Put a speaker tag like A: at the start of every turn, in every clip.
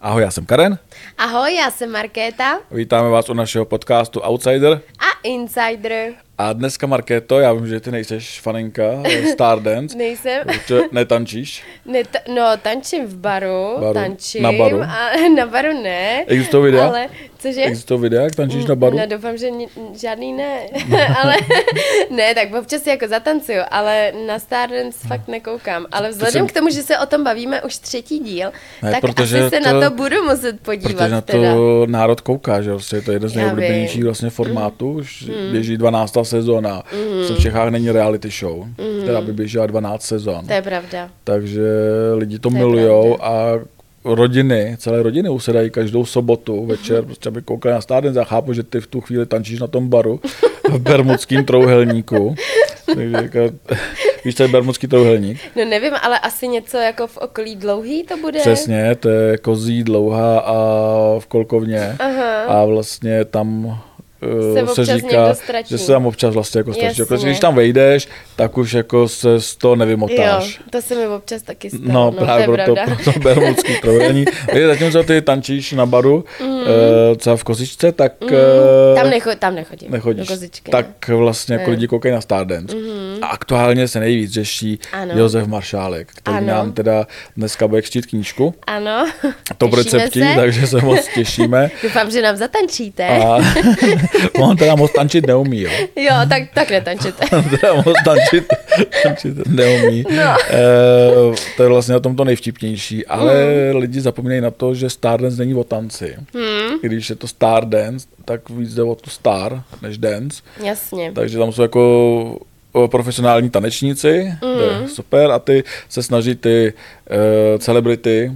A: Ahoj, já jsem Karen.
B: Ahoj, já jsem Markéta
A: Vítáme vás u našeho podcastu Outsider.
B: a Insider.
A: A dneska, Markéto, já vím, že ty nejseš faninka Stardance.
B: Nejsem,
A: Protože netančíš.
B: ne, ta, no tančím v baru,
A: Baru.
B: tančím.
A: Na baru?
B: A, na baru ne.
A: Existují videa?
B: Ale, cože?
A: Existují videa, jak tančíš na baru?
B: No doufám, že ni, žádný ne, ale ne, tak občas jako zatancuju, ale na Stardance fakt nekoukám. Ale vzhledem
A: jsem-
B: k tomu, že se o tom bavíme už třetí díl,
A: Ne,
B: tak
A: protože
B: asi se
A: to-
B: na to budu muset podívat
A: Protože na to
B: teda.
A: národ kouká, že vlastně je to jeden z
B: Já
A: nejoblíbenějších
B: vím. Mm.
A: vlastně formátů, už běží 12. sezóna,
B: Mm-hmm.
A: mm. v Čechách není reality show, která by běžela 12 sezón,
B: To je pravda.
A: takže lidi to,
B: to je
A: milujou a rodiny, celé rodiny usedají každou sobotu večer, prostě aby koukali na Stardance. Já chápu, že ty v tu chvíli tančíš na tom baru v bermudském trouhelníku. Takže jako, víš, co je bermudský trouhelník?
B: No nevím, ale asi něco jako v okolí dlouhý to bude.
A: Přesně, to je kozí dlouhá a v kolkovně.
B: Aha.
A: A vlastně tam eh,
B: Se občas
A: se říká,
B: někdo ztratí.
A: že se tam občas vlastně jako ztratíš. Jako,
B: Jasně.
A: když tam vejdeš, tak už jako se z toho nevymotáš.
B: Jo, to se mi občas taky stalo.
A: No, právě
B: to je
A: proto,
B: pravda.
A: proto bermudský trojuhelník. Takže zatímco ty tančíš na baru, mm. třeba v kozičce, tak eh,
B: Mhm. Tam, necho, tam nechodím.
A: nechodíš.
B: Do kozičky, no. ne.
A: tak vlastně jako
B: Ne. Mhm.
A: lidi koukají na Stardance. Mm-hmm. A aktuálně se nejvíc řeší
B: Ano.
A: Josef Maršálek, který
B: Ano.
A: nám teda dneska bude křtít knížku.
B: Ano.
A: To
B: těšíme
A: receptí,
B: se.
A: takže se moc těšíme.
B: Doufám, že nám zatančíte.
A: A on teda moc tančit neumí, jo.
B: Jo, tak, tak netančete.
A: On teda moc tančit, tančit neumí. No. E, to je vlastně na tom to nejvtipnější, ale lidi zapomínají na to, že Stardance není o tanci. Mm. Když je to Stardance, tak víc jde o tu star než dance.
B: Jasně.
A: Takže tam jsou jako o, profesionální tanečníci, mm. to je super, a ty se snaží ty uh, celebrity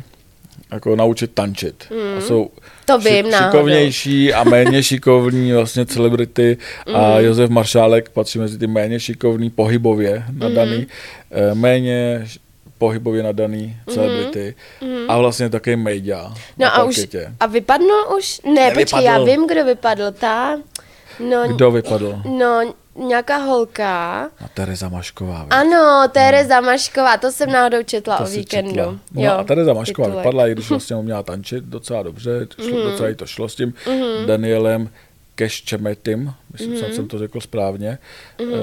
A: jako naučit tančit. Mm. A jsou
B: To vím
A: šik-
B: náhodou.
A: šikovnější a méně šikovní vlastně celebrity
B: Mm.
A: a Josef Maršálek patří mezi ty méně šikovní pohybově nadaný,
B: Mm-hmm.
A: eh, méně š- pohybově nadaný celebrity a vlastně taky média. na
B: Mm-hmm. No a už,
A: parketě.
B: a vypadnul už? Ne, počkej, já
A: Nevypadl.
B: vím, kdo vypadl. Ta, no,
A: Kdo vypadl?
B: no nějaká holka.
A: A Tereza Mašková. viď?
B: Ano, Tereza Mašková, to jsem náhodou četla
A: Hmm. To
B: o
A: si
B: víkendu.
A: četla. No
B: jo,
A: a Tereza Mašková
B: titulek. Mhm.
A: vypadla, i když vlastně uměla tančit docela dobře, šlo, mm-hmm. docela jí to šlo s tím mm-hmm. Danielem Keščemetim, myslím, mm-hmm.
B: Mhm.
A: jsem to řekl správně.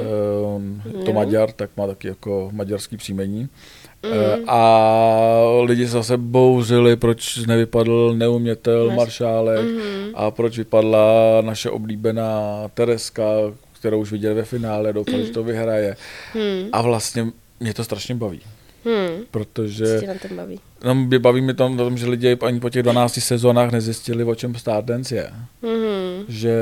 A: Mm-hmm. to Maďar, tak má taky jako maďarský příjmení.
B: Mhm.
A: Mm-hmm. A lidi se zase bouřili, proč nevypadl neumětel
B: Maš-
A: Maršálek
B: Mhm.
A: mm-hmm. a proč vypadla naše oblíbená Tereska, kterou už viděli ve finále, doufali, že to vyhraje.
B: Mhm.
A: A vlastně mě to strašně baví.
B: Hmm,
A: Protože
B: co tě na tom baví?
A: no, mě baví mi tam na tom, že lidi ani po těch 12 sezónách nezjistili, o čem Stardance je.
B: Mhm.
A: Že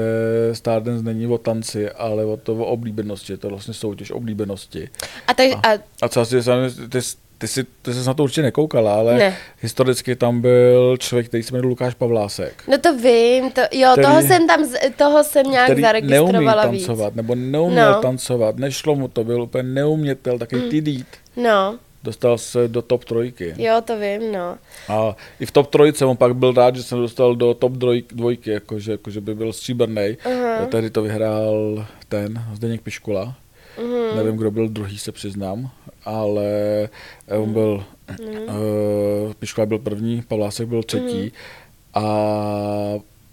A: Stardance není o tanci, ale o to o oblíbenosti. Je to vlastně soutěž oblíbenosti.
B: A, tak, a,
A: A co asi, sami- ty, ty, jsi, ty jsi na to určitě nekoukala, ale
B: Ne.
A: historicky tam byl člověk, který se jmenuje Lukáš Pavlásek.
B: no to vím, to, jo,
A: Který-
B: toho jsem tam, z- toho jsem nějak
A: který neumí
B: zaregistrovala víc.
A: tancovat, nebo neuměl
B: No.
A: tancovat, nešlo mu to, byl úplně neumětel, taky mm. tidít.
B: No,
A: Dostal se do top trojky.
B: jo, to vím, no.
A: A i v top trojice, on pak byl rád, že jsem dostal do top droj- dvojky, jakože, jakože by byl stříbrnej.
B: Aha.
A: Tehdy to vyhrál ten, Zdeněk Piškula.
B: Mhm.
A: Nevím, kdo byl druhý, se přiznám, ale eh,
B: Mhm.
A: on byl, uh, Piškula byl první, Pavlásek byl třetí
B: Mhm.
A: a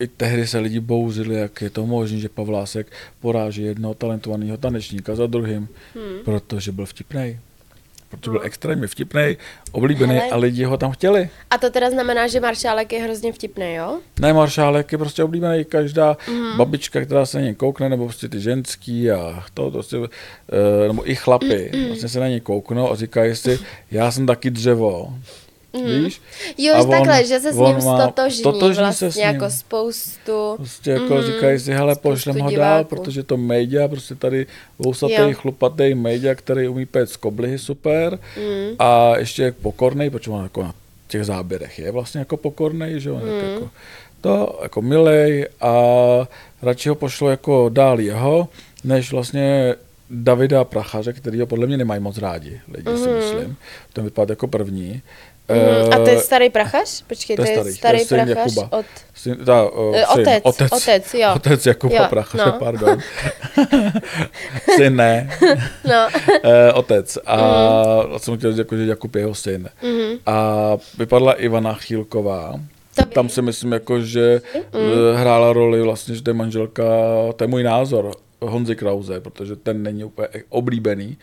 A: i tehdy se lidi bouřili, jak je to možné, že Pavlásek poráží jednoho talentovaného tanečníka za druhým,
B: Mhm.
A: protože byl vtipnej. Protože byl extrémně vtipnej, oblíbený
B: No. Hele.
A: a lidi ho tam chtěli.
B: A to teda znamená, že Maršálek je hrozně vtipný, jo?
A: Ne, maršálek je prostě oblíbený každá mm.
B: Mhm.
A: babička, která se na něj koukne, nebo prostě ty ženský a to, to prostě, eh, nebo i chlapy,
B: Mm,
A: vlastně se na něj kouknou a říkají si, já jsem taky dřevo, víš?
B: Mhm. Jo,
A: A
B: už
A: on-
B: takhle, že se s
A: on
B: ním
A: má-
B: stotožní,
A: stotožní se
B: vlastně
A: s ním.
B: jako spoustu.
A: Prostě jako mm. říkají si, hele,
B: Mhm. Spoustu
A: pošlem ho dál,
B: diváků.
A: protože to média, prostě tady
B: Jo.
A: vousatý, chlupatý média, který umí péct koblihy super
B: Mhm.
A: mm. a ještě je pokornej, protože on jako na těch záběrech je vlastně jako pokornej, že on
B: Mhm.
A: mm. jako to, jako milej a radši ho pošlo jako dál jeho, než vlastně Davida Prachaře, který ho podle mě nemají moc rádi, lidi mm. si myslím. Ten vypadá jako první.
B: Mhm. A to je
A: Eh,
B: starý prachař? Počkej,
A: to je starý, to je syn
B: prachař
A: Jakuba.
B: od...
A: Syn, ta, uh,
B: Eh,
A: syn,
B: otec,
A: otec,
B: otec, jo.
A: Otec Jakuba
B: Jo,
A: Prachaře,
B: no.
A: pardon. syn ne,
B: No,
A: eh, otec. A mm. jsem chtěl říct, jako, že Jakub je jeho syn. Mm. A vypadla Ivana Chýlková,
B: To
A: Tam si myslím, jako, že eh, hrála roli vlastně, že to je manželka, to je můj názor, Honzi Krause, protože ten není úplně oblíbený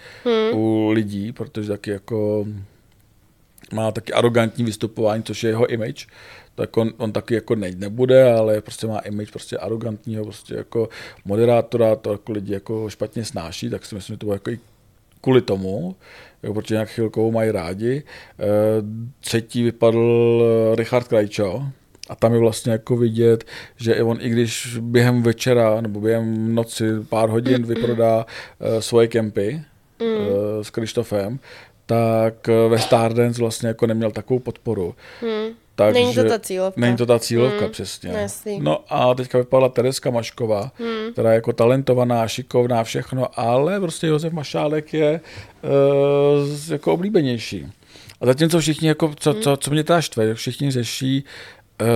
A: u lidí, protože taky jako má taky arrogantní vystupování, což je jeho image, tak on, on taky jako ne, nebude, ale prostě má image prostě arrogantního, prostě jako moderátora, to jako lidi jako špatně snáší, tak si myslím, že to bylo jako i kvůli tomu, jo, protože nějak chvilkou mají rádi. Eh, Třetí vypadl eh, Richard Krajčo, a tam je vlastně jako vidět, že i on i když během večera nebo během noci pár hodin vyprodá eh, svoje kempy
B: Mm.
A: eh, s Krištofem, tak eh, ve Stardance vlastně jako neměl takovou podporu. Takže,
B: Mm. Není to ta cílovka.
A: Není to ta cílovka, přesně.
B: no jasný. Mm.
A: No a teďka vypadla Tereska Mašková, která je jako talentovaná, šikovná, všechno, ale prostě Josef Mašálek je uh, jako oblíbenější. A zatímco všichni, jako, co,
B: Mm.
A: co, co mě teda štve, že všichni řeší uh,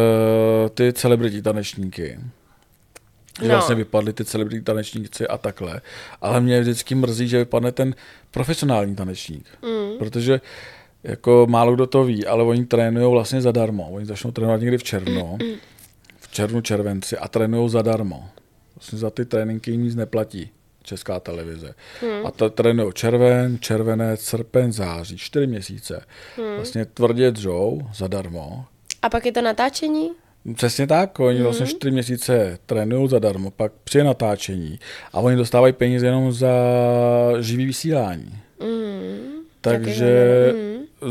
A: ty celebrity tanečníky. Že
B: No.
A: vlastně vypadly ty celebrity tanečníci a takhle. Ale mě vždycky mrzí, že vypadne ten profesionální tanečník. Protože jako málo kdo to ví, ale oni trénují vlastně zadarmo. Oni začnou trénovat někdy v červnu, v červnu, červenci a trénují zadarmo. Vlastně za ty tréninky jim nic neplatí česká televize. Hmm. A to trénují červen, červenec, srpen, září, čtyři měsíce. Hmm. Vlastně tvrdě dřou zadarmo,
B: A pak je to natáčení? No
A: Přesně tak, oni vlastně čtyři měsíce trénují zadarmo, pak přijde natáčení a oni dostávají peníze jenom za živý vysílání.
B: Mm.
A: Takže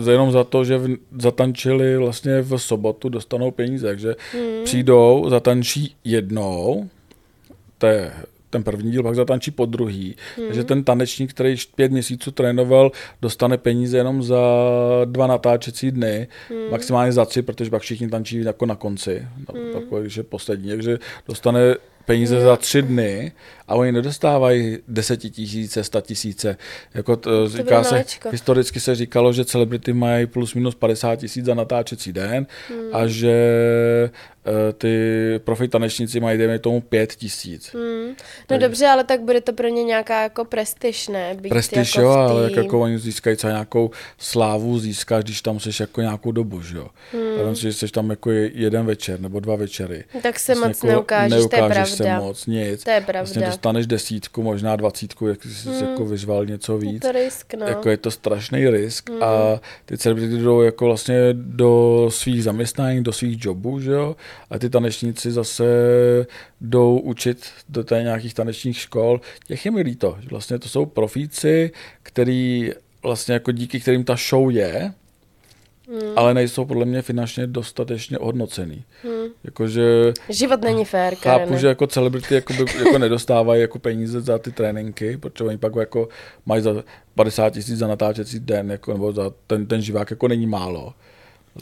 A: za- jenom za to, že v, zatančili vlastně v sobotu, dostanou peníze. Takže přijdou, zatančí jednou, to je ten první díl, pak zatančí po druhý. Takže ten tanečník, který již pět měsíců trénoval, dostane peníze jenom za dva natáčecí dny, maximálně za tři, protože pak všichni tančí jako na konci, mm. takové, že poslední. Takže dostane peníze za tři dny a oni nedostávají desetitisíce, statisíce. Jako to, říká se,
B: maličko.
A: historicky se říkalo, že celebrity mají plus minus 50 tisíc za natáčecí den
B: Hmm.
A: a že e, ty profi tanečníci mají, dejme tomu, 5 tisíc.
B: Mm. No dobře, ale tak bude to pro ně nějaká jako prestiž, ne? Být
A: Prestiž,
B: jako
A: jo,
B: v tý-
A: ale jak jako oni získají třeba nějakou slávu, získáš, když tam jsi jako nějakou dobu, že jo. Hmm. že jsi tam jako je- jeden večer nebo dva večery.
B: Tak se moc neukážeš, to je
A: Vlastně jako neukážeš se
B: pravda.
A: moc, nic.
B: To je
A: Vlastně
B: pravda.
A: dostaneš desítku, možná dvacítku, jak jsi hmm. jako vyžval něco víc.
B: To risk, no.
A: Jako je to strašný risk mm. a ty celebrity jdou jako vlastně do svých zaměstnání, do svých jobů, že jo? A ty tanečníci zase jdou učit do té nějakých tanečních škol. Těch je mi líto. že Vlastně to jsou profíci, který vlastně jako díky kterým ta show je, mm. ale nejsou podle mě finančně dostatečně ohodnocený. Mm. Jakože
B: Život není fér,
A: Chápu,
B: Karene.
A: že jako celebrity jako, by, jako nedostávají jako peníze za ty tréninky, protože oni pak jako mají za 50 tisíc za natáčecí den, jako, nebo za ten, ten živák jako není málo.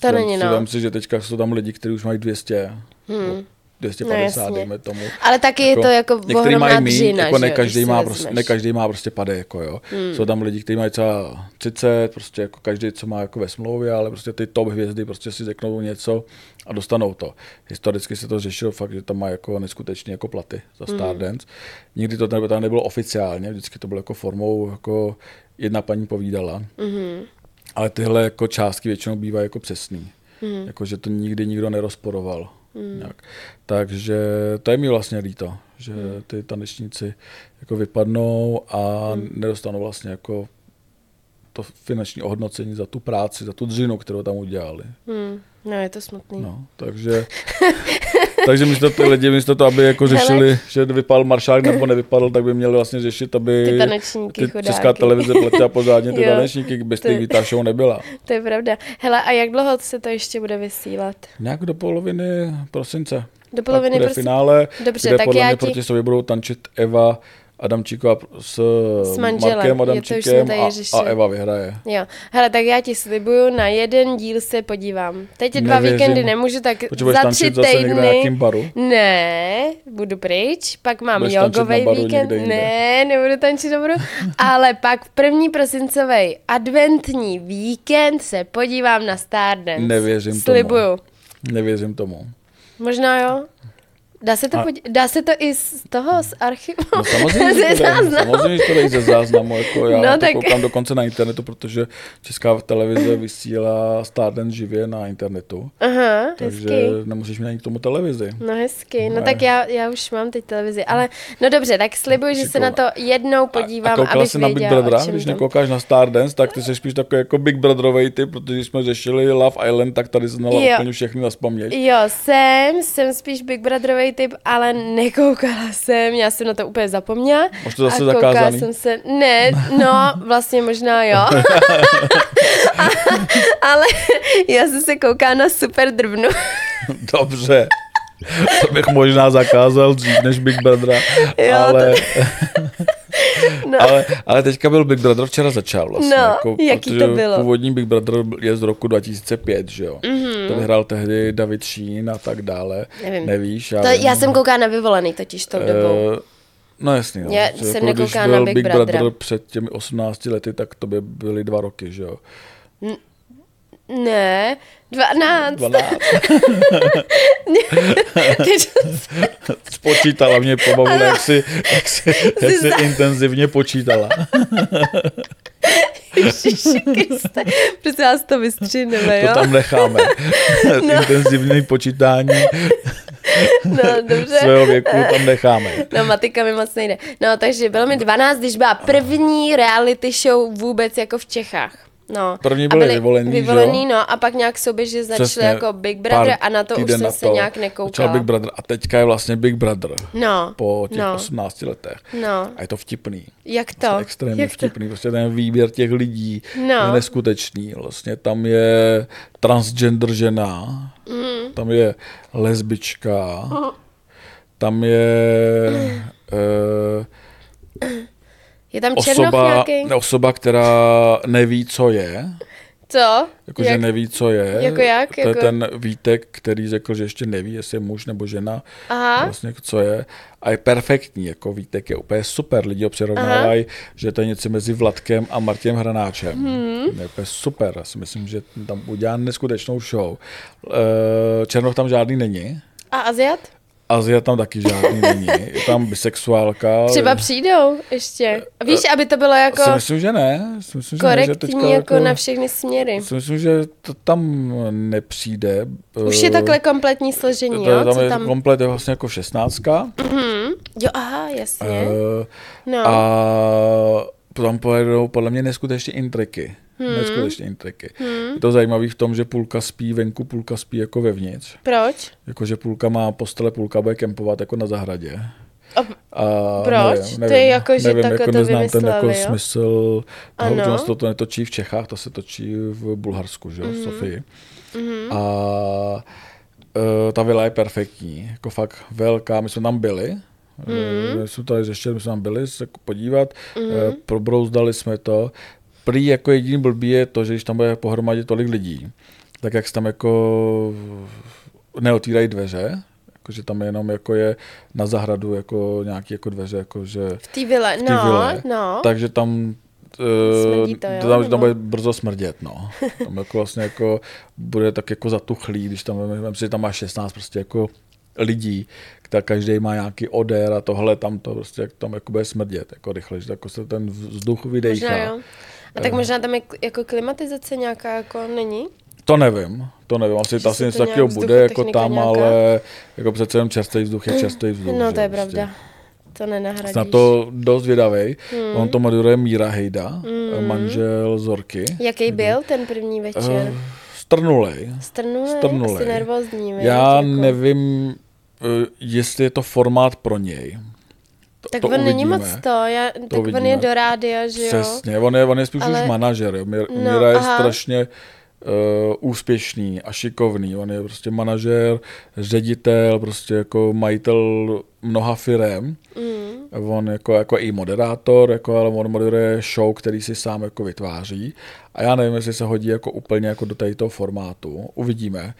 B: To
A: Vem
B: není,
A: si,
B: no.
A: Vem si, že teďka jsou tam lidi, kteří už mají 200, hmm. 250,
B: No,
A: no,
B: jasně.
A: dejme tomu.
B: Ale taky je to jako
A: některý mají
B: ohromná
A: míň,
B: dřina,
A: jako ne
B: že jo, když
A: každý,
B: si
A: má
B: vezmeš.
A: prostě, ne každý má prostě pade, jako jo. Hmm. Jsou tam lidi, kteří mají třeba 30, prostě jako každý, co má jako ve smlouvě, ale prostě ty top hvězdy prostě si řeknou něco a dostanou to. Historicky se to řešilo fakt, že tam má jako neskutečně jako platy za
B: Hmm.
A: Stardance. Nikdy to tam nebylo oficiálně, vždycky to bylo jako formou, jako jedna paní povídala.
B: Mhm,
A: Ale tyhle jako částky většinou bývají jako přesný.
B: mhm.
A: Mm. Jako, že to nikdy nikdo nerozporoval. Mm. Nějak. Takže to je mi vlastně líto, že mm. ty tanečníci jako vypadnou a mm. nedostanou vlastně jako to finanční ohodnocení za tu práci, za tu dřinu, kterou tam udělali.
B: Hmm. No, je to smutný.
A: No, takže, takže místo to lidi, místo to, aby jako
B: Hele.
A: řešili, že vypadl maršálek nebo nevypadl, tak by měli vlastně řešit, aby
B: Ty tanečníky,
A: ty
B: chudáky.
A: česká televize platila pořádně ty
B: Jo.
A: tanečníky, bez
B: To-
A: těch ta show nebyla.
B: To je pravda. Hele, a jak dlouho se to ještě bude vysílat?
A: Nějak do poloviny prosince.
B: Do poloviny
A: Pak bude
B: prosince.
A: finále,
B: Dobře,
A: kde
B: tak
A: podle
B: já
A: mě
B: ti-
A: proti sobě budou tančit Eva Adamčíková s,
B: S manželem,
A: Markem
B: je to už jsme
A: Adamčíkem
B: tady
A: a, a
B: řešili.
A: Eva vyhraje.
B: Jo, hele, tak já ti slibuju, na jeden díl se podívám. Teď je dva
A: Nevěřím.
B: víkendy nemůžu, tak
A: Potřebuješ
B: za tři
A: tančit zase někde na
B: týdny.
A: nějakým baru?
B: Ne, budu pryč, pak mám
A: Budeš tančit
B: jogový
A: na baru
B: víkend.
A: někde jinde.
B: Ne, nebudu tančit na baru, ale pak v první prosincový adventní víkend se podívám na Stardance.
A: Nevěřím tomu.
B: Slibuju.
A: Nevěřím tomu.
B: Možná jo. Dá se to,
A: A-
B: podí- dá se to i z toho, z archivu?
A: No samozřejmě,
B: Ze
A: že to jde,
B: záznamu?
A: samozřejmě, že to jde ze záznamu. Jako já
B: No,
A: no, to
B: tak-
A: tak... koukám dokonce na internetu, protože Česká televize vysílá Stardance živě na internetu.
B: Aha,
A: Takže
B: hezky.
A: nemusíš mít ani k tomu televizi.
B: No hezky, no
A: Ne.
B: tak já, já už mám teď televizi, ale no dobře, tak slibuji, že se na to jednou
A: a
B: podívám,
A: koukala
B: abych
A: jsi na Big
B: věděla,
A: Brothera?
B: o čem
A: Když
B: to.
A: nekoukáš na Stardance, tak ty jsi spíš takový jako Big Brotherovej typ, protože když jsme řešili Love Island, tak tady znala
B: Jo.
A: úplně všechny na spaměť.
B: Jo, jsem, jsem spíš Big Brotherový typ, ale nekoukala jsem, já jsem na to úplně zapomněla.
A: Už to zase
B: a koukala
A: zakázaný.
B: jsem se, ne, no, vlastně možná jo. a, ale já jsem se koukala na Super Drbnu.
A: Dobře. To bych možná zakázal dřív než Big Brothera,
B: Jo,
A: ale,
B: No.
A: ale, ale teďka byl Big Brother, včera začal vlastně.
B: No,
A: jako,
B: jaký to
A: protože
B: bylo?
A: Původní Big Brother je z roku 2005, že jo? Mm-hmm. To vyhrál tehdy David Šín a tak dále.
B: Mhm. Nevím.
A: Nevíš?
B: To,
A: vím.
B: já jsem koukala na vyvolený totiž tou dobou.
A: Eh, No jasný, no.
B: Já
A: Jako
B: jsem
A: když
B: nekoukala
A: byl
B: na Big
A: Big
B: Brothera.
A: Brother před těmi 18 lety, tak to by byly dva roky, že jo? Eh.
B: Ne, 12.
A: 12.
B: Teď
A: Spočítala mě pobavila, jak si, jak si, jak
B: Jsi
A: si
B: za-
A: intenzivně počítala.
B: Ježiši Kriste, prostě vás to vystříneme,
A: To
B: jo?
A: tam necháme. No. Intenzivní počítání
B: No, dobře.
A: svého věku tam necháme.
B: No, matika mi moc nejde. No, takže bylo mi 12, když byla první reality show vůbec jako v Čechách. No.
A: První
B: A
A: byli vyvolený, že jo?
B: vyvolený, no, a pak nějak souběžně začaly jako Big Brother
A: pár
B: a na to už
A: týden
B: jsem
A: na
B: se nějak
A: Začal
B: nekoukala.
A: Big Brother a teďka je vlastně Big Brother
B: No,
A: po těch
B: no,
A: 18 letech.
B: no,
A: A je to vtipný.
B: jak
A: To
B: to?
A: je extrémně
B: jak to?
A: vtipný. Prostě ten výběr těch lidí
B: No.
A: je neskutečný. Vlastně tam je transgender žena, mm. tam je lesbička,
B: Oh.
A: tam je eh,
B: Je tam černoch
A: osoba, no,
B: nějaký?
A: osoba, která neví, co je.
B: Co?
A: Jakože
B: Jak-
A: neví, co je.
B: Jako jak?
A: To je
B: Jako-
A: ten Vítek, který řekl, že ještě neví, jestli je muž nebo žena,
B: Aha.
A: vlastně co je. A je perfektní, jako Vítek je úplně super. Lidi ho přirovnávají, že to je něco mezi Vladkem a Martinem Hranáčem.
B: Mhm.
A: Hmm. Je úplně super. Já si myslím, že tam udělá neskutečnou show. Eh, Černoch tam žádný není.
B: A Aziat?
A: Azia tam taky žádný není. Je tam bisexuálka.
B: Třeba přijdou ještě. Víš, aby to bylo jako
A: Si myslím, že ne. Si myslím, že ne, že teďka
B: korektní jako na všechny směry.
A: si myslím, že to tam nepřijde.
B: Už
A: Eh,
B: je takhle kompletní složení,
A: To je,
B: jo?
A: tam
B: Co
A: je
B: tam? Hm.
A: komplet je vlastně jako šestnáctka.
B: Jo, aha, jasně.
A: eh,
B: Mhm. No.
A: A tam pojedou podle mě neskutečně intriky. Hmm. Neskutečně intriky. Hmm. Je to zajímavé v tom, že půlka spí venku, půlka spí jako vevnitř.
B: Proč?
A: Jakože půlka má postele, půlka bude kempovat jako na zahradě.
B: A
A: A
B: Proč?
A: Nevím,
B: To
A: nevím,
B: je jako, že
A: nevím,
B: takhle
A: jako
B: to
A: neznám ten jako
B: vymysleli, jo?
A: smysl toho,
B: Ano.
A: že nás to, to netočí v Čechách, to se točí v Bulharsku, že jo, v Sofii. A e, ta vila je perfektní, jako fakt velká, my jsme tam byli, mm my jsme tady řešili, my jsme tam byli se jako podívat, mm probrouzdali jsme to. Prý jako jediný blbý je to, že když tam bude pohromadě tolik lidí, tak jak se tam jako neotvírají dveře, jakože tam jenom jako je na zahradu jako nějaký jako dveře, jakože
B: v té vile,
A: ty
B: no,
A: vile,
B: no.
A: takže tam
B: Smrdí
A: Uh,
B: to,
A: to, tam,
B: jo,
A: že
B: nebo?
A: tam bude brzo smrdět, no. Tam jako vlastně jako bude tak jako zatuchlý, když tam, vem si, že tam má 16 prostě jako lidí, tak každý má nějaký odér a tohle tam to prostě jak tam jako bude smrdět, jako rychle, že jako se ten vzduch vydechá.
B: Možná jo. A
A: Eh.
B: tak možná tam je k- jako klimatizace nějaká, jako není?
A: To nevím, to nevím, asi,
B: Že
A: asi
B: se
A: něco
B: to
A: takového
B: nějak
A: bude jako
B: vzduchotechnika
A: tam,
B: nějaká?
A: ale jako přece jenom čerstvý vzduch je čerstvý vzduch.
B: No,
A: že
B: to je
A: jo,
B: pravda. To nenahradíš.
A: Jsem na prostě. to dost vědavej. Hmm. On to moderuje Míra Hejda, hmm. manžel Zorky.
B: Jaký byl ten první večer?
A: Eh, Strnulej.
B: Strnulej?
A: strnulej.
B: Asi nervózní, viď,
A: Já
B: jako.
A: nevím, eh, jestli je to formát pro něj. To,
B: Tak
A: to
B: on není
A: uvidíme.
B: moc to, já, tak on je
A: uvidíme.
B: do rádia, že jo?
A: Přesně, on je, on je spíš Ale...
B: Ale-
A: už manažer. Jo. Mir,
B: No,
A: no, Mira je
B: aha.
A: strašně uh, úspěšný a šikovný. On je prostě manažer, ředitel, prostě jako majitel mnoha firem. Mm. On jako, jako i moderátor, jako, ale on moderuje show, který si sám jako vytváří. A já nevím, jestli se hodí jako úplně jako do tady toho formátu. Uvidíme.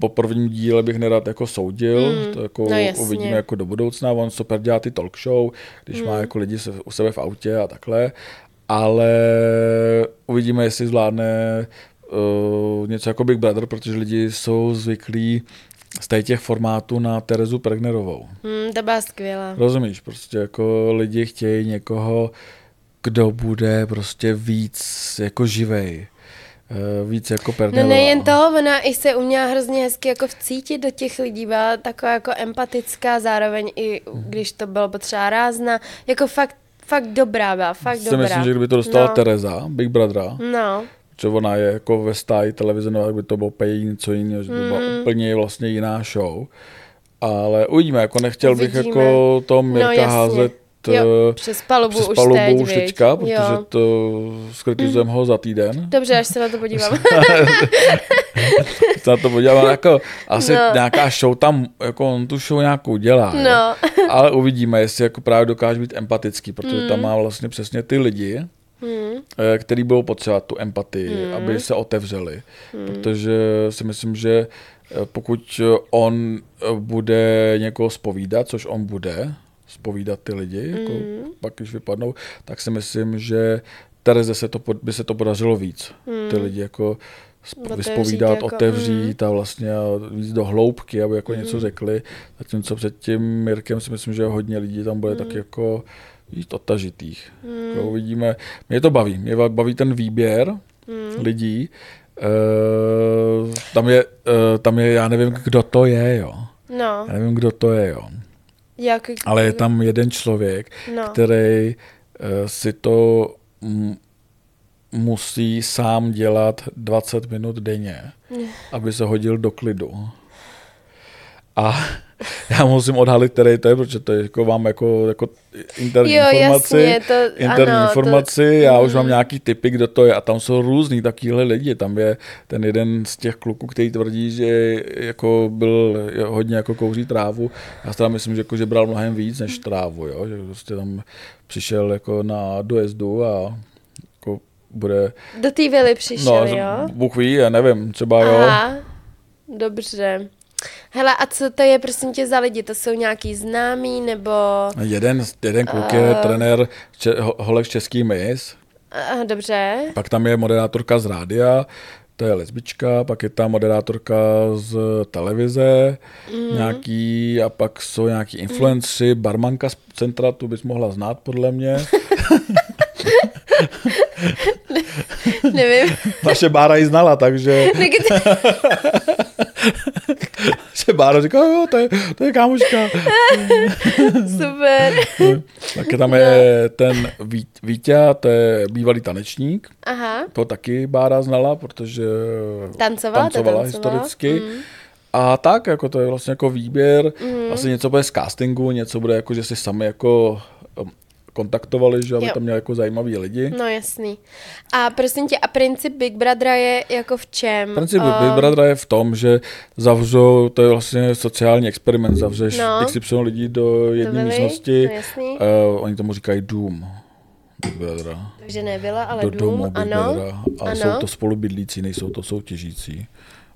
A: Po prvním díle bych nerad jako soudil, mm. to jako
B: no
A: no
B: jasně.
A: uvidíme jako do budoucna. On super dělá ty talk show, když
B: Hmm.
A: má jako lidi se, u sebe v autě a takhle. Ale uvidíme, eh, jestli zvládne uh, něco jako Big Brother, protože lidi jsou zvyklí z tady těch formátů na Terezu Pregnerovou.
B: Hmm, ta byla skvělá.
A: Rozumíš, prostě jako lidi chtějí někoho, kdo bude prostě víc jako živej. eh, Víc jako
B: No
A: Pernelová.
B: nejen to, ona i se uměla hrozně hezky jako vcítit do těch lidí, byla taková jako empatická, zároveň i když to bylo potřeba rázna, jako fakt, fakt dobrá byla, fakt
A: si
B: dobrá.
A: myslím, že kdyby to dostala
B: no.
A: Tereza, Big Brothera,
B: No,
A: že ona je jako ve stáji televize, no, jak by to bylo úplně něco jiného, že by byla
B: Mm.
A: úplně vlastně jiná show. Ale uvidíme, jako nechtěl bych
B: Uvidíme.
A: jako to Mirka
B: no jasně.
A: házet
B: jo,
A: eh,
B: přes palubu
A: přes
B: už
A: palubu
B: teď,
A: už
B: viď?
A: teďka, protože
B: jo. Mm.
A: to skritizujeme ho za týden.
B: Dobře, až se na to podívám.
A: Se na to podívám, ale jako asi
B: No.
A: nějaká show tam, jako on tu show nějakou dělá. jo.
B: No.
A: Ale uvidíme, jestli jako právě dokáže být empatický, protože
B: Mm.
A: tam má vlastně přesně ty lidi,
B: Hmm.
A: eh, který budou potřebovat tu empatii, aby se otevřeli.
B: Hmm.
A: Protože si myslím, že eh, pokud eh, on eh, bude někoho spovídat, což on bude, spovídat ty lidi, jako
B: Hmm.
A: pak když vypadnou, tak si myslím, že Tereze se to, pod- by se to podařilo víc. Ty lidi jako sp-
B: Hmm. Otevřít
A: vyspovídat,
B: jako,
A: jako, otevřít a vlastně a víc do hloubky, aby jako
B: Hmm.
A: něco řekli. Zatímco před tím Mirkem si myslím, že hodně lidí tam
B: Hmm.
A: bude tak jako jít odtažitých. Mm. Jako uvidíme. Mě to baví. Mě va- baví ten výběr
B: Hmm.
A: mm. lidí. Eh, tam, je, eh, tam je, já nevím, kdo to je, jo.
B: No,
A: Já nevím, kdo to je, jo.
B: jak...
A: Ale je tam jeden člověk,
B: No.
A: který eh, si to m- musí sám dělat 20 minut denně, aby se hodil do klidu. A já musím odhalit, který to je, protože to je, jako mám jako, jako interní
B: Jo,
A: informaci.
B: jasně, to-
A: interní
B: ano, to- Mhm.
A: informaci, já už mám nějaký typy, kdo to je. A tam jsou různý takovýhle lidi. Tam je ten jeden z těch kluků, který tvrdí, že jako byl hodně jako kouří trávu. Já si teda myslím, že, jako, že bral mnohem víc než trávu, jo? že prostě tam přišel jako na dojezdu a jako bude,
B: Do té vily přišel,
A: no,
B: jo?
A: Bůh ví, já nevím, třeba jo.
B: Aha, dobře. Hele, a co to je, prosím tě, za lidi? To jsou nějaký známí, nebo...
A: Jeden, jeden kluk je
B: Eh.
A: trenér če, ho- holek z Český mis,
B: Aha, dobře.
A: Pak tam je moderátorka z rádia, to je lesbička, pak je tam moderátorka z televize mm. nějaký a pak jsou nějaký influenci, mm. barmanka z centra, tu bys mohla znát podle mě.
B: Nevím.
A: Naše Bára ji znala, takže
B: Tak to-
A: že Bára říká, jo, to je, to je kámoška.
B: Super.
A: Taky tam je ten Vít- Vítě, to je bývalý tanečník.
B: Aha.
A: To taky Bára znala, protože
B: Tancovala,
A: tancovala
B: ta tancovala.
A: historicky. Mm. A tak, jako to je vlastně jako výběr, mm. asi něco bude z castingu, něco bude jako, že si sami jako um, kontaktovali, že aby
B: Jo.
A: tam měli jako zajímavý lidi.
B: No jasný. A prosím tě, a princip Big Brothera je jako v čem?
A: Princip
B: O,
A: Big Brothera je v tom, že zavřou, to je vlastně sociální experiment, zavřeš
B: No.
A: no. XY lidí do jedné
B: vily,
A: místnosti,
B: no jasný.
A: uh, oni tomu říkají Doom. Big Brothera.
B: Takže nebyla, ale
A: do
B: dům,
A: domu Big
B: ano.
A: Brothera. A
B: ano.
A: jsou to spolubydlící, nejsou to soutěžící.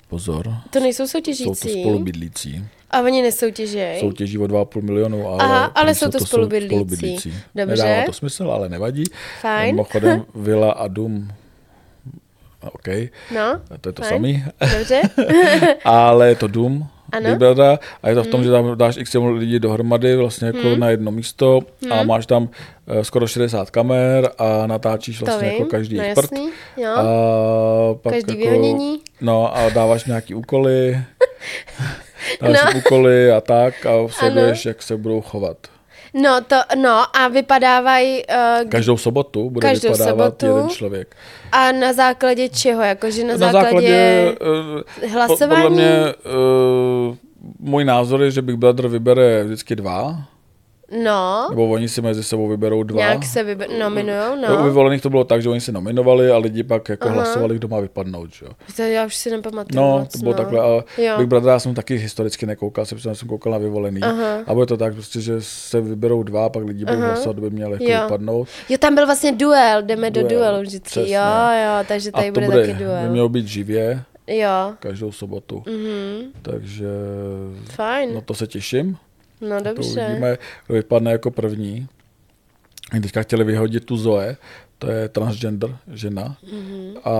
A: Pozor.
B: to
A: Jsou
B: nejsou
A: to
B: soutěžící.
A: spolubydlící.
B: a oni nesoutěžejí.
A: Soutěží o 2,5 milionu, ale,
B: Aha, ale
A: tam
B: jsou to
A: sou-
B: spolubydlící. Dobře.
A: Nedává to smysl, ale nevadí.
B: Fajn.
A: Mimochodem, vila a dům, OK,
B: No,
A: to je to
B: Fajn.
A: samý,
B: dobře.
A: Vlastně ale je to dům,
B: Ano. Hmm.
A: Big Brother, a je to v tom, že tam dáš x lidí dohromady vlastně jako na jedno místo
B: Hmm.
A: a máš tam eh, skoro 60 kamer a natáčíš
B: To
A: vlastně
B: vím.
A: jako každý
B: no
A: jejich prd.
B: jasný, jo.
A: A pak
B: Každý
A: jako,
B: vyhonění.
A: No a dáváš nějaký úkoly, dáváš
B: No.
A: no. úkoly a tak a sleduješ, jak se budou chovat.
B: No, to, no a vypadávají uh,
A: Každou sobotu bude
B: Každou
A: vypadávat
B: sobotu.
A: jeden člověk.
B: a na základě čeho? Jakože na,
A: Na základě eh, po-
B: hlasování?
A: podle mě eh, můj názor je, že Big Brother vybere vždycky dva,
B: No,
A: nebo oni si mezi sebou vyberou dva.
B: nějak se vybe- nominujou,
A: U
B: no.
A: vyvolených to bylo tak, že oni se nominovali a lidi pak jako hlasovali, kdo má vypadnout. Že? jo.
B: To já už si nepamatuju
A: No,
B: moc,
A: to bylo
B: no.
A: takhle. A
B: Jo.
A: Big Brother já jsem taky historicky nekoukal, jsem, jsem koukal na vyvolený.
B: Aha.
A: A bylo to tak, prostě, že se vyberou dva, pak lidi budou
B: Aha.
A: hlasovat, kdo by měl jako
B: Jo.
A: vypadnout.
B: Jo, tam byl vlastně duel, jdeme do
A: Duel,
B: duelu vždycky.
A: přesně.
B: Jo, jo, takže tady
A: a to
B: bude,
A: bude,
B: taky duel.
A: by mělo být živě
B: Jo,
A: každou sobotu.
B: mhm,
A: Takže
B: fajn,
A: na
B: no,
A: to se těším. No, To
B: dobře.
A: uvidíme, kdo vypadne jako první. Oni Teďka chtěli vyhodit tu Zoe, to je
B: Mhm.
A: transgender žena. Mm-hmm. A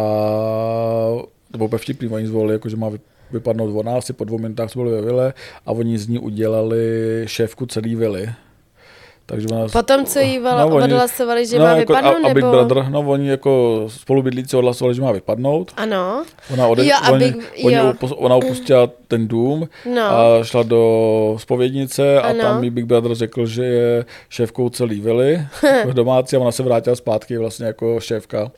A: to bylo úplně vtipný, oni zvolili, jako, že má vy- vypadnout o nás, si po dvou minutách jsme byli ve vile a oni z ní udělali šéfku celý vily. Takže ona...
B: Potom, co jí vala,
A: No, oni- No, jako
B: odhlasovali, že má vypadnout,
A: a, a Big
B: nebo-
A: Brother, no oni jako spolubydlíci odhlasovali, že má vypadnout.
B: Ano.
A: Ona, ode,
B: Jo,
A: jo,
B: a
A: oni,
B: Big-
A: oni
B: jo.
A: Opus, ona opustila ten dům
B: No.
A: a šla do spovědnice a
B: Ano.
A: tam jí Big Brother řekl, že je šéfkou celý vily jako domácí a ona se vrátila zpátky vlastně jako šéfka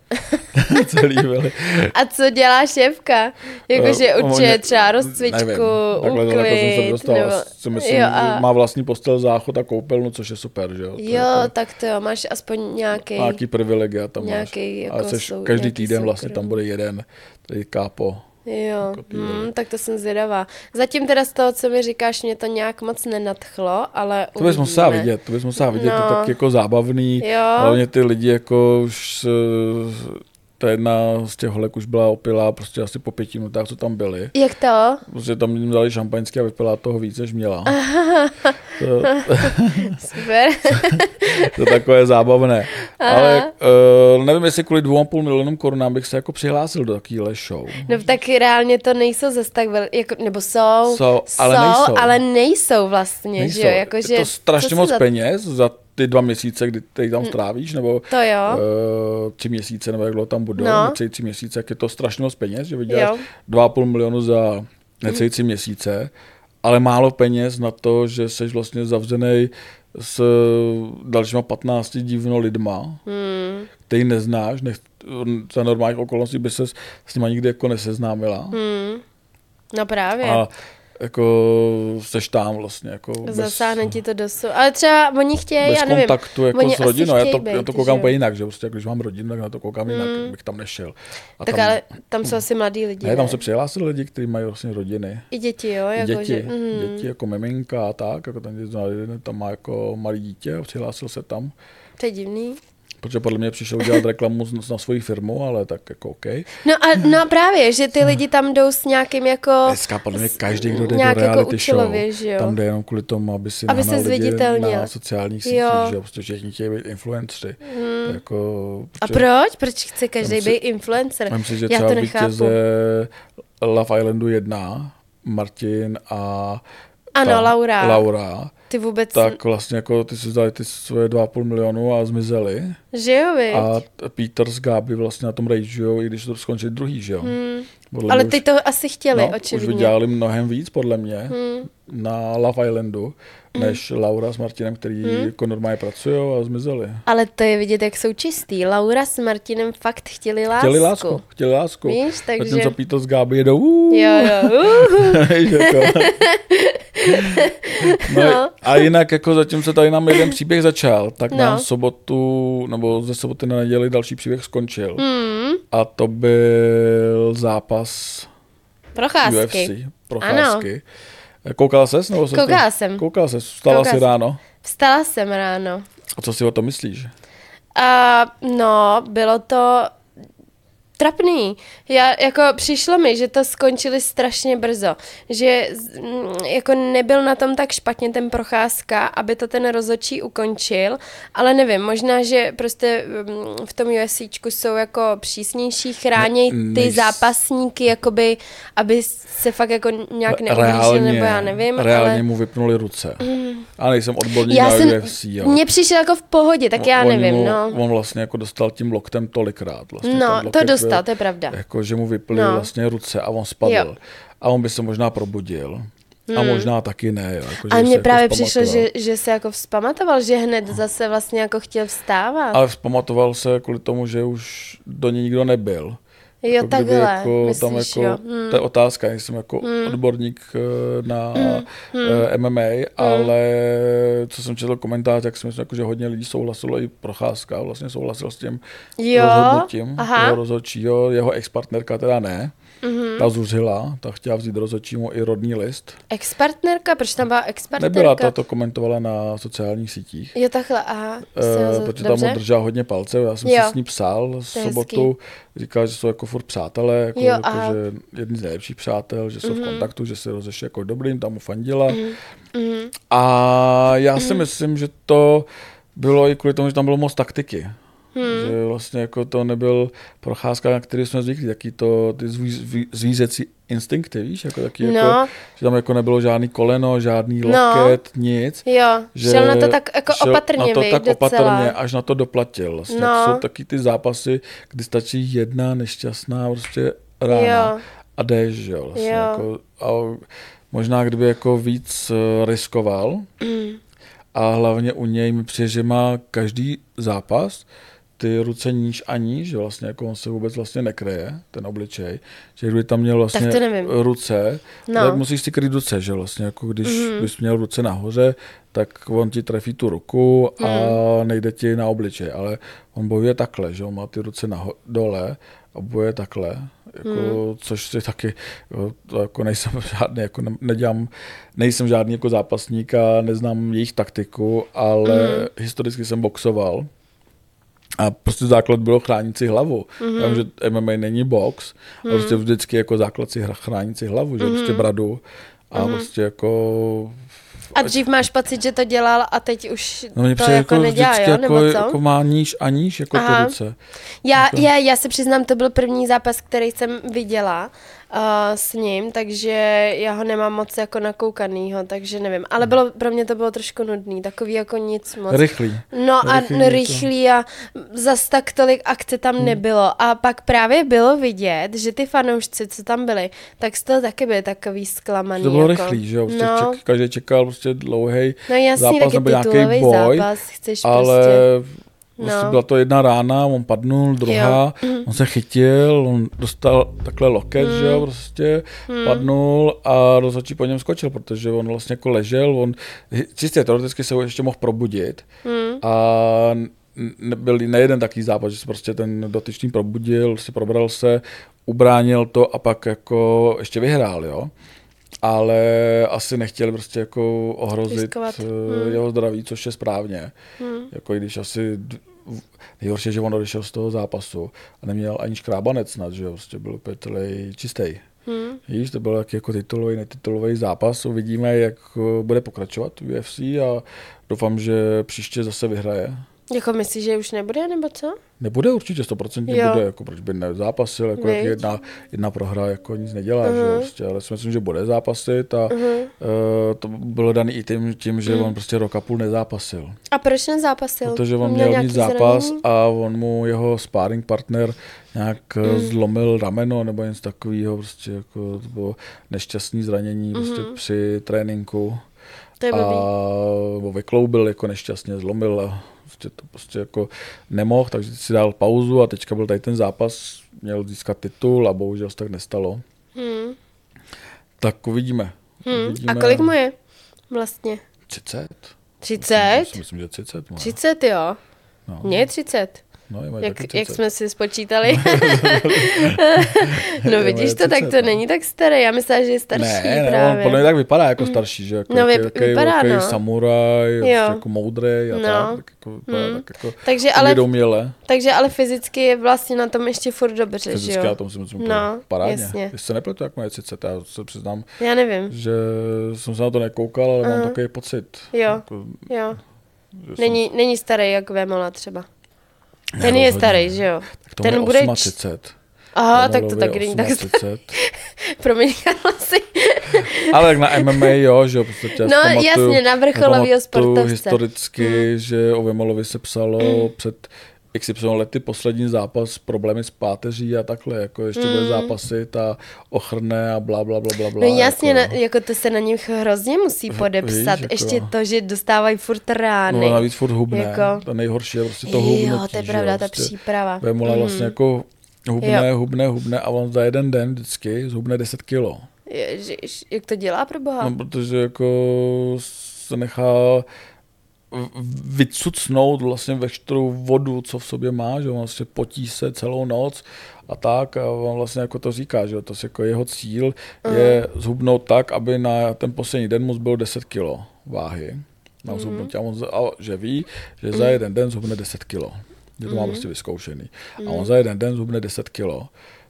A: celý vily.
B: A co dělá šéfka? Jakože
A: Eh,
B: určuje
A: oni-
B: třeba rozcvičku,
A: nevím, Takhle daleko jsem se
B: uklid,
A: dostal.
B: nebo...
A: Si myslím,
B: jo,
A: že
B: a...
A: má vlastní postel, záchod a koupelnu, což je super, že jo? To je
B: jo, tak to jo, máš aspoň nějaký.
A: Má Nějaký privilegia tam
B: Nějaký
A: máš.
B: jako
A: Ale seš,
B: sou-
A: každý
B: nějaký
A: týden vlastně
B: soukromý.
A: tam bude jeden, tady kápo.
B: Jo, hmm, tak to jsem zvědavá. Zatím teda z toho, co mi říkáš, mě to nějak moc nenadchlo, ale
A: To bys
B: uvidíme.
A: musela vidět, to bys musela vidět, no. to
B: No.
A: je tak jako zábavný.
B: Jo.
A: Hlavně ty lidi jako už, eh, ta jedna z těch holek už byla opilá, prostě asi po pěti minutách, co tam byli.
B: Jak to?
A: Prostě tam jim dali šampaňský a vypila toho víc, než měla. To,
B: Super.
A: to je takové zábavné. Ale uh, nevím, jestli kvůli 2,5 milionům korunám bych se jako přihlásil do takovéhle show.
B: No tak reálně to nejsou zase tak vel, jako, nebo jsou,
A: Jsou, ale nejsou.
B: ale nejsou vlastně,
A: Nejsou.
B: že jo, jako, že,
A: je to strašně
B: co
A: moc
B: se
A: za...
B: za- Hm.
A: peněz za ty dva měsíce, kdy ty tam strávíš, nebo
B: To jo.
A: eh, tři měsíce, nebo jak dlouho tam budou,
B: No.
A: no. necelý tři měsíce, jak je to strašně moc peněz, že vyděláš
B: Jo. Mhm.
A: 2,5 milionu za necelý tři měsíce, ale málo peněz na to, že jsi vlastně zavřený s eh, dalšíma 15 divno lidma,
B: Hmm.
A: který neznáš, nech, za normálních okolností by se s nima nikdy jako neseznámila.
B: Hmm. No právě.
A: A jako seš tam vlastně. Jako bez-
B: Zasáhne ti to dosu. Ale třeba oni chtějí,
A: bez
B: já nevím.
A: kontaktu jako
B: oni
A: s rodinou. Já
B: asi
A: to,
B: chtějí
A: já to
B: být,
A: koukám
B: že
A: úplně
B: jo. Mhm.
A: jinak, že prostě, když mám rodinu, tak na to koukám jinak, bych tam nešel. A
B: Tak
A: tam,
B: ale tam jsou asi mladí lidi.
A: ne, tam se přihlásili lidi, kteří mají vlastně rodiny.
B: I děti, jo?
A: I
B: Jako,
A: děti,
B: Že, mm,
A: děti jako miminka a tak, jako ten děti, jeden tam má jako malý dítě a přihlásil se tam,
B: to je divný.
A: protože podle mě přišel udělat reklamu s- na svoji firmu, ale tak jako OK.
B: No a no právě, že
A: Mhm.
B: ty lidi tam jdou s nějakým jako...
A: Dneska podle mě každý, kdo jde do
B: nějak jako
A: reality
B: účelově,
A: show,
B: že jo?
A: tam jde jenom kvůli tomu, aby si
B: Aby
A: nahnal
B: se
A: lidi
B: zviditelnil.
A: na sociálních sítích,
B: Jo. Mhm.
A: že jo, prostě všichni chtějí být influenceri. Hmm. Jako,
B: A
A: protože-
B: proč? Proč chce každý
A: Myslím si-
B: být influencer?
A: Myslím si, že
B: já
A: třeba
B: to nechápu.
A: vítěze Love Islandu 1, Martin a
B: Ano,
A: ta
B: Laura.
A: Laura,
B: Ty vůbec, tak,
A: tak vlastně jako ty si vzali ty svoje 2,5 milionu a zmizeli.
B: že jo, vy?
A: A t- Peter s Gabi vlastně na tom rageujou, i když to skončili druhý, že jo? Hmm.
B: Ale ty to asi chtěli,
A: no,
B: očividně.
A: Už vydělali mnohem víc, podle mě, hmm. na Love Islandu,
B: Hmm.
A: než Laura s Martinem, který hmm. jako normálně pracují a zmizeli.
B: Ale to je vidět, jak jsou čistý. Laura s Martinem fakt chtěli lásku.
A: Chtěli lásku, chtěli lásku.
B: Víš, takže-
A: Zatímco Peter s Gáby jedou, "Uuu."
B: Jo, jo. Uh,
A: Víš, jako.
B: No.
A: no. A jinak, jako zatím se tady nám jeden příběh začal, tak
B: No.
A: no. nám v sobotu, nebo ze soboty na neděli další příběh skončil.
B: Mm. Hmm.
A: A to byl zápas
B: procházky.
A: UFC, procházky. Eh, Koukala ses? Nebo ses
B: Koukala jsem.
A: Koukala ses, vstala
B: Koukala
A: si
B: jsem.
A: ráno.
B: Vstala jsem ráno.
A: A co si o tom myslíš?
B: A no, bylo to trapný. Já, jako přišlo mi, že to skončili strašně brzo. Že z- mm, jako nebyl na tom tak špatně ten procházka, aby to ten rozočí ukončil, ale nevím, možná, že prostě mm, v tom USCčku jsou jako přísnější, chráněj ty
A: Ne- nejs-
B: zápasníky, jakoby, aby se fakt jako nějak neublížil,
A: reálně,
B: nebo já nevím.
A: reálně
B: ale... Mm.
A: mu vypnuli ruce. A nejsem odborník
B: Já
A: na
B: jsem,
A: UFC. ale-
B: mně přišel jako v pohodě, tak já
A: On
B: nevím,
A: mu,
B: no.
A: On vlastně jako dostal tím loktem tolikrát. Vlastně
B: No,
A: ten
B: to
A: loket
B: dostal,
A: byl-
B: to je pravda.
A: Jako, že mu vyply
B: No.
A: no. vlastně ruce a on spadl.
B: Jo. Hmm.
A: Jo. A on by se možná probudil. A možná taky ne. jo, Jako, že
B: A
A: by se
B: mně
A: jako
B: právě přišlo,
A: vzpamatoval.
B: že, že se jako vzpamatoval, že hned zase vlastně jako chtěl vstávat.
A: Ale vzpamatoval se kvůli tomu, že už do něj nikdo nebyl.
B: Jo,
A: jako kdyby
B: takhle,
A: tam
B: myslíš,
A: jako,
B: jo. Hmm.
A: To je otázka, nejsem jako odborník eh, na
B: Hmm.
A: eh, MMA, ale co jsem četl komentář, tak si myslím, jako, že hodně lidí souhlasilo i Procházka, vlastně souhlasil s tím
B: Jo,
A: rozhodnutím
B: aha. Mhm.
A: toho rozhodčího, jeho ex-partnerka teda ne, ta zuřila, ta chtěla vzít rozhodčímu i rodný list.
B: Ex-partnerka? Proč tam byla ex-partnerka?
A: Nebyla ta, to komentovala na sociálních sítích.
B: Jo, takhle, aha.
A: Eh,
B: Uh,
A: protože tam mu
B: dobře.
A: držel hodně palce, já jsem
B: Jo.
A: jo. si s ní psal v
B: je
A: sobotu, říkal, že jsou jako furt přátelé, jako,
B: Jo,
A: jako
B: aha. Mhm.
A: že jedni z nejlepších přátel, že jsou v kontaktu, že se rozešli jako dobrým, tam mu fandila.
B: Mhm.
A: A já si myslím, že to bylo i kvůli tomu, že tam bylo moc taktiky.
B: Mhm.
A: Hmm. Že vlastně jako to nebyl procházka, na který jsme zvyklí, taky to ty zvíz- zví- zvířecí instinkty, víš, jako taky
B: No.
A: jako, že tam jako nebylo žádný koleno, žádný
B: No.
A: loket, nic.
B: Jo,
A: Že
B: šel na to tak jako
A: šel
B: opatrně,
A: na to
B: viď,
A: tak
B: docela.
A: opatrně, až na to doplatil. Vlastně.
B: No.
A: To jsou taky ty zápasy, kdy stačí jedna nešťastná prostě rána
B: Jo.
A: a jdeš, že jo. Vlastně,
B: Jo.
A: Jako, a možná kdyby jako víc eh, riskoval
B: Mm.
A: a hlavně u něj mi přijde, že má každý zápas ty ruce níž a níž, že vlastně jako on se vůbec vlastně nekryje, ten obličej, že kdyby tam měl vlastně
B: to nevím.
A: ruce,
B: No.
A: no. tak musíš si kryt ruce, že vlastně, jako když mm. bys měl ruce nahoře, tak on ti trefí tu ruku a nejde ti na obličej, ale on bojuje takhle, že on má ty ruce naho- dole a bojuje takhle, jako, což si taky, jo, to jako nejsem žádný, jako ne- nedělám, nejsem žádný jako zápasník a neznám jejich taktiku, ale historicky jsem boxoval. A prostě základ bylo chránit si hlavu.
B: Mhm.
A: Mm-hmm. Já vím, že MMA není box, mm-hmm. ale prostě vždycky jako základ si hra- chránit si hlavu,
B: Mhm.
A: že mm-hmm. prostě bradu a mm-hmm. prostě jako...
B: A dřív máš pocit, že to dělal a teď už
A: No mě
B: to
A: přijde
B: jako
A: jako,
B: nedělá,
A: vždycky
B: jo?
A: jako,
B: Nebo co?
A: jako má níž a níž jako
B: Aha.
A: ty ruce.
B: Já, já, já se přiznám, to byl první zápas, který jsem viděla uh, s ním, takže já ho nemám moc jako nakoukanýho, takže nevím.
A: Mhm.
B: Ale bylo, pro mě to bylo trošku nudný, takový jako nic moc.
A: Rychlý.
B: No a
A: Rychlý něco.
B: rychlý a zas tak tolik akce
A: Hmm.
B: tam nebylo. A pak právě bylo vidět, že ty fanoušci, co tam byli, tak z toho taky byli takový zklamaný.
A: To bylo
B: jako.
A: rychlý, že jo? Prostě
B: no,
A: ček, každý čekal prostě dlouhý
B: no jasně,
A: zápas
B: taky
A: nebo nějaký
B: titulový
A: boj,
B: zápas, chceš
A: ale
B: prostě.
A: prostě
B: No.
A: byla to jedna rána, on padnul, druhá, on se chytil, on dostal takhle loket, že
B: Hmm.
A: jo, prostě padnul a rozhodčí po něm skočil, protože on vlastně jako ležel, on hi- čistě teoreticky se ho ještě mohl probudit
B: Hmm.
A: a n- n- byl nejeden taký zápas, že se prostě ten dotyčný probudil, si probral se, ubránil to a pak jako ještě vyhrál, jo ale asi nechtěli prostě jako ohrozit
B: Riskovat.
A: hmm. jeho zdraví, což je správně. Hmm. Jako i když asi d- v- nejhorší, je, že on odešel z toho zápasu a neměl ani škrábanec snad, že jo, prostě byl petlej čistý. Hmm. Víš, to byl taky jako titulový, netitulový zápas. Uvidíme, jak eh, bude pokračovat UFC a doufám, že příště zase vyhraje.
B: Jako myslíš, že už nebude, nebo co?
A: Nebude určitě, 100%
B: Jo.
A: jo. bude, jako proč by nezápasil, jako
B: Viď? Mhm.
A: jak jedna, jedna prohra jako nic nedělá, uh-huh. že jo, prostě, ale si myslím, že bude zápasit a uh-huh. uh, to bylo daný i tím, tím že
B: Mhm.
A: on prostě rok a půl nezápasil,
B: A proč nezápasil?
A: protože on měl mít
B: nějaký
A: zápas
B: zranění?
A: a on mu jeho sparring partner nějak
B: Hmm.
A: uh zlomil rameno nebo něco takového, prostě jako to bylo nešťastný zranění prostě při tréninku
B: Hmm. To je
A: a
B: blbý.
A: ho vykloubil, jako nešťastně zlomil a prostě to prostě jako nemohl, takže si dal pauzu a teďka byl tady ten zápas, měl získat titul a bohužel se tak nestalo.
B: Hmm.
A: Tak uvidíme.
B: Hmm.
A: uvidíme.
B: A kolik mu je vlastně?
A: 30. Já
B: 30?
A: si myslím, že 30 má.
B: 30 jo.
A: No.
B: Mně je 30.
A: No, je mají taky
B: Jak, jak
A: 30.
B: jsme si spočítali. no
A: Je
B: vidíš
A: moje
B: to, tak
A: 30,
B: to
A: no.
B: není tak staré. Já myslím, že je starší
A: ne, ne, on
B: právě.
A: podle mě tak vypadá jako starší, že jako
B: No,
A: jaký-
B: vyp-
A: jaký
B: vypadá,
A: velký
B: no.
A: samuraj, prostě jako moudrý a
B: No.
A: tak, tak jako, vypadá tak jako
B: takže, ale,
A: uvědoměle.
B: takže ale fyzicky je vlastně na tom ještě furt dobře, že
A: Fyzicky
B: jo?
A: já tomu si myslím úplně
B: No,
A: parádně.
B: jasně. Mm.
A: Jestli se nepletu, jak moje 30, já se přiznám,
B: Já nevím.
A: že jsem se na to nekoukal, ale
B: Aha.
A: mám takový pocit.
B: Mm. Jo,
A: Jako, že
B: jo.
A: jsem-
B: Není, není starý jak Vemola třeba.
A: Ne,
B: Ten je
A: rozhodně
B: starý,
A: ne.
B: že jo?
A: Tak to
B: ten
A: ten
B: bude
A: bude
B: č-
A: 38.
B: Aha,
A: Ten
B: tak to
A: Orlovi
B: taky
A: je
B: není tak...
A: 38.
B: Promiň, Karlosi.
A: Ale jak na MMA, jo, že jo, prostě já si
B: No,
A: pamatuju-
B: jasně, na vrcholovýho
A: pamatuju
B: sportovce. Hmm.
A: historicky, že o Vemolovi se psalo před XY lety poslední zápas, problémy s páteří a takhle, jako ještě bude zápasit a ochrne a bla, bla, bla, bla, bla.
B: Hmm. No jasně,
A: jako,
B: jako, na, jako to se na nich hrozně musí podepsat.
A: jako-
B: Ještě to, že dostávají furt rány.
A: No a navíc furt hubne.
B: Jako-
A: Jako... To nejhorší je prostě to hubnutí.
B: jo, to je Hmm.
A: že
B: pravda,
A: jo,
B: ta
A: prostě.
B: příprava.
A: Vemola mm. vlastně jako hubne, jo. hubne, hubne a on za jeden den vždycky zhubne 10 kilo.
B: Ježiš, jak to dělá pro boha?
A: No, protože jako se nechá v- vycucnout vlastně veškerou vodu, co v sobě má, že on vlastně potí se celou noc a tak a on vlastně jako to říká, že jo, to je jako jeho cíl je zhubnout tak, aby na ten poslední den mu zbylo 10 kilo váhy na zhubnutí a, on, z- a že ví, že za jeden den zhubne 10 kilo, že to má prostě vyzkoušený a on za jeden den zhubne 10 kilo.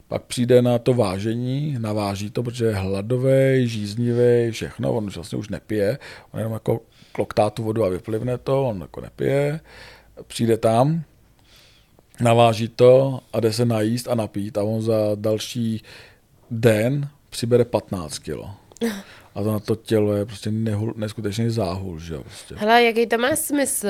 A: Pak přijde na to vážení, naváží to, protože je hladový, žíznivý, všechno, on už vlastně už nepije, on jenom jako kloktá tu vodu a vyplivne to, on jako nepije, přijde tam, naváží to a jde se najíst a napít a on za další den přibere 15 kilo. A to na to tělo je prostě nehul, neskutečný záhul, že jo, prostě.
B: Hele, jaký to má smysl?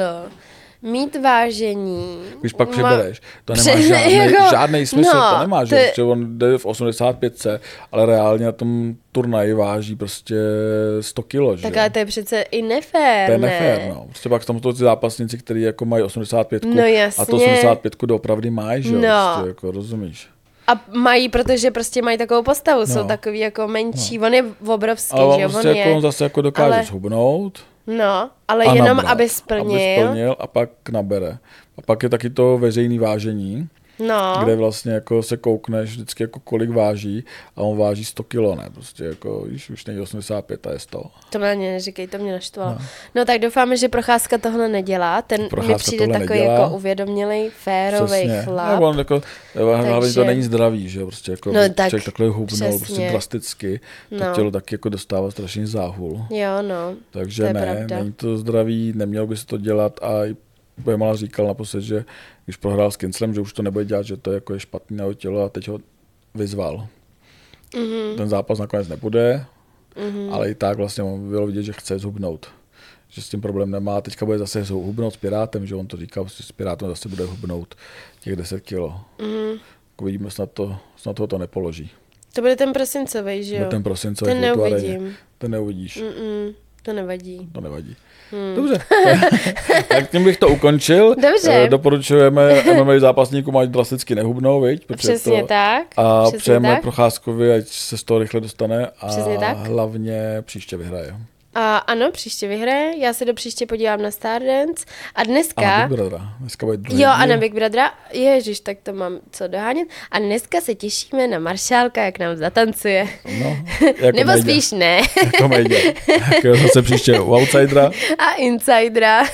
B: Mít vážení.
A: Když pak
B: má-
A: přibereš, to nemá
B: Přesně,
A: žádný,
B: jako-
A: žádný smysl,
B: no,
A: to nemá,
B: to
A: že
B: je-
A: to... on jde v 85, ale reálně na tom turnaji váží prostě 100 kilo, že
B: Tak
A: jo.
B: ale to je přece i nefér,
A: To je
B: ne?
A: nefér, no. Prostě pak tam jsou ty zápasníci, kteří jako mají 85
B: No
A: a to
B: jasně.
A: 85 doopravdy mají, že jo,
B: No.
A: prostě, jako rozumíš.
B: A mají, protože prostě mají takovou postavu, no. jsou
A: No.
B: takový jako menší, no. on je obrovský,
A: Ale on,
B: že jo, on
A: prostě jako
B: je.
A: on zase jako dokáže
B: Ale-
A: ale... zhubnout.
B: No, ale
A: a
B: jenom,
A: nabrat,
B: aby splnil.
A: aby splnil a pak nabere. A pak je taky to veřejný vážení,
B: No,
A: kde vlastně jako se koukneš vždycky jako kolik váží a on váží 100 kilo, ne? Prostě jako, víš, už není 85 a je 100.
B: to mě neříkej, to mě naštvalo. No. no tak doufáme, že Procházka tohle nedělá, ten mi
A: Procházka
B: přijde
A: tohle
B: takový
A: nedělá.
B: jako uvědomělej, férovej chlap.
A: Nebo on jako, hlavně
B: Takže-
A: to není zdravý, že jo, prostě jako
B: No
A: no,
B: tak,
A: tak, člověk takhle hubnul
B: přesně.
A: prostě drasticky, to
B: No.
A: tělo taky jako dostává strašný záhul.
B: Jo, no.
A: Takže
B: To je
A: ne,
B: pravda.
A: není to zdravý, nemělo by se to dělat a i Bemala říkal naposled, že když prohrál s Kinslem, že už to nebude dělat, že to je jako je špatný na jeho tělo a teď ho vyzval.
B: Mhm.
A: Mm-hmm. Ten zápas nakonec nebude, mm-hmm. ale i tak vlastně on bylo vidět, že chce zhubnout. Že s tím problém nemá. Teďka bude zase hubnout s Pirátem, že on to říkal, že s Pirátem zase bude hubnout těch 10 kilo.
B: Mhm.
A: Mm-hmm. Uvidíme, snad, to, snad ho to nepoloží.
B: To bude ten prosincový, že
A: Jo.
B: jo?
A: Ten prosincový
B: Ten
A: v Lutuareně.
B: neuvidím.
A: Ten neuvidíš.
B: Mm, to nevadí.
A: To nevadí. Hmm. Dobře, tak tím bych to ukončil.
B: Dobře.
A: Eh, Doporučujeme MMA zápasníkům, ať drasticky nehubnou, viď? Protože
B: Přesně
A: to...
B: tak.
A: A
B: přesně
A: přejeme
B: tak.
A: Procházkovi, ať se z toho rychle dostane a
B: Přesně tak.
A: hlavně příště vyhraje.
B: A ano, příště vyhraje, já se do příště podívám na Stardance a
A: A
B: dneska...
A: na Big Brothera. Dneska bude druhý
B: Jo,
A: díl.
B: a na Big Brothera, ježiš, tak to mám co dohánět. A dneska se těšíme na Maršálka, jak nám zatancuje.
A: No, jako
B: Nebo
A: Majdě.
B: spíš ne.
A: Jako Majdě. Tak jo, zase příště u Outsidera.
B: A Insidera.